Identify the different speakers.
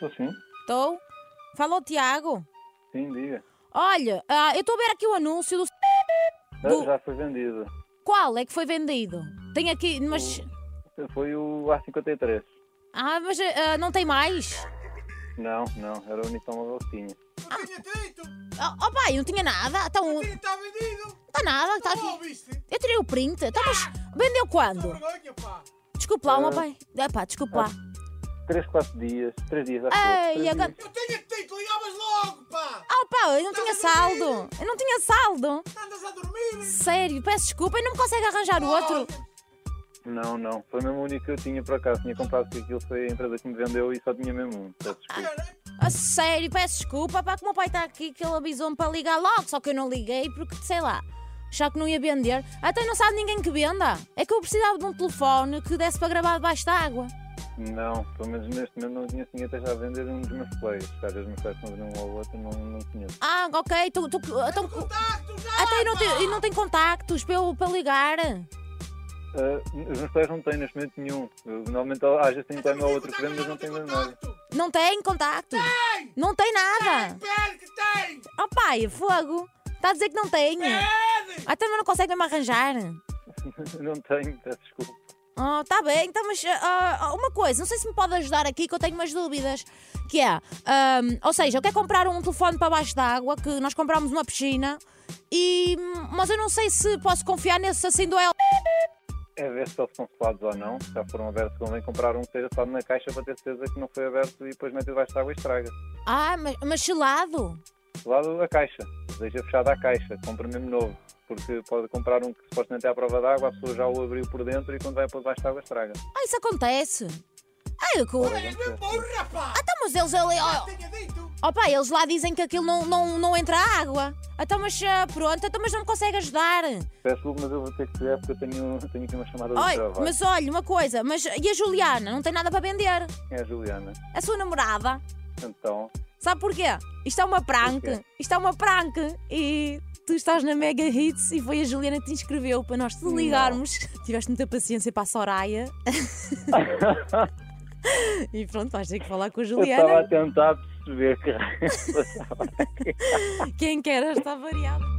Speaker 1: Tô sim,
Speaker 2: Estou? Falou, Tiago?
Speaker 1: sim, diga.
Speaker 2: Olha, ah, eu estou a ver aqui o anúncio do...
Speaker 1: Já,
Speaker 2: Do-
Speaker 1: já foi vendido.
Speaker 2: Qual é que foi vendido? Tem aqui, mas...
Speaker 1: Foi o A53.
Speaker 2: Ah, mas ah, não tem mais?
Speaker 1: Não, não, era o uniforme que eu tinha.
Speaker 3: Tinha dito!
Speaker 2: Oh, oh pai, não tinha nada. Então, não
Speaker 3: Está vendido!
Speaker 2: está nada. Está
Speaker 3: Não
Speaker 2: aqui.
Speaker 3: ouviste?
Speaker 2: Eu tirei o print. Então, mas vendeu quando?
Speaker 3: Vergonha, pá!
Speaker 2: Desculpe lá,
Speaker 1: Ah.
Speaker 2: meu pai. Ah, pá, desculpe lá.
Speaker 1: 3, 4 dias, 3 dias acho
Speaker 2: Ai,
Speaker 1: eu, três
Speaker 2: agora-
Speaker 1: dias.
Speaker 3: Eu tinha dito, ligavas logo, pá!
Speaker 2: Oh, pá, eu não tinha saldo. Eu não tinha saldo.
Speaker 3: Andas a dormir! eh.
Speaker 2: Sério, peço desculpa. Eu não me consegue arranjar o outro.
Speaker 1: Não, não, foi mesmo o único que eu tinha por acaso. Tinha comprado porque aquilo foi a empresa que me vendeu e só tinha mesmo um. Peço
Speaker 2: Ah,
Speaker 1: desculpa.
Speaker 3: Cara,
Speaker 2: A sério, peço desculpa. Pá, que o meu pai está aqui que ele avisou-me para ligar logo. Só que eu não liguei porque, sei lá, achava que não ia vender. Até não sabe ninguém que venda. É que eu precisava de um telefone que desse para gravar debaixo da água.
Speaker 1: Não, pelo menos neste momento não tinha tinha até já a vender um dos meus colegas. Às vezes me faz vender um ao outro, não, não conheço.
Speaker 2: Ah, ok. Tu, tu, então,
Speaker 3: contacto já!
Speaker 2: até eu não
Speaker 3: pá.
Speaker 2: tem, e não tem contactos para, eu- para ligar.
Speaker 1: Ah, os meus colegas não têm neste momento nenhum. Eu, normalmente às vezes tenho
Speaker 3: Então
Speaker 1: um ao
Speaker 3: tem
Speaker 1: outro que vende, mas não
Speaker 3: contacto,
Speaker 1: tenho
Speaker 3: agora
Speaker 1: mesmo nada.
Speaker 3: contacto.
Speaker 2: Não tem contactos? Não tem nada.
Speaker 3: Pede que tem!
Speaker 2: Oh pai, fogo. Está a dizer que não tem.
Speaker 3: Pede!
Speaker 2: Até não consegue mesmo arranjar.
Speaker 1: Não tenho, peço desculpa.
Speaker 2: Oh, tá bem, então, mas ah, ah, uma coisa, não sei se me pode ajudar aqui que eu tenho umas dúvidas. Que é, ahm, ou seja, eu quero comprar um telefone para baixo d'água, que nós comprámos uma piscina, e, mas eu não sei se posso confiar nesse assim do L.
Speaker 1: É ver se eles são selados ou não. Se já foram abertos, convém comprar um que seja selado na caixa para ter certeza que não foi aberto e depois mete debaixo de água e estraga.
Speaker 2: Ah, mas, mas gelado.
Speaker 1: Selado a caixa. Deixa fechada a caixa. Compra mesmo novo. Porque pode comprar um que supostamente é à prova d'água, a pessoa já o abriu por dentro e quando vai para debaixo de água estraga.
Speaker 2: Ah, isso acontece. Ah, eu, co-
Speaker 3: Olha, mesmo burra, pá!
Speaker 2: então, mas eles ali. Ah, Oh,
Speaker 3: Tinha dito!
Speaker 2: oh, pá, eles lá dizem que aquilo não, não, não entra água. Então, mas ah, pronto, então, mas não me consegue ajudar.
Speaker 1: Peço desculpa, mas eu vou ter que dizer porque eu tenho, tenho aqui uma chamada de
Speaker 2: Olha,
Speaker 1: trabalho.
Speaker 2: mas olha, uma coisa, mas e a Juliana? Não tem nada para vender.
Speaker 1: Quem é a Juliana?
Speaker 2: A sua namorada.
Speaker 1: Então,
Speaker 2: Sabe porquê? Isto é uma prank.
Speaker 1: Porquê?
Speaker 2: Isto é uma prank. E tu estás na Mega Hits e foi a Juliana que te inscreveu para nós te
Speaker 1: Não.
Speaker 2: ligarmos. Tiveste muita paciência para a Soraya. e pronto, vais ter que falar com a
Speaker 1: eu estava a
Speaker 2: Juliana.
Speaker 1: tentar perceber que raio se passava.
Speaker 2: Quem quer está variado.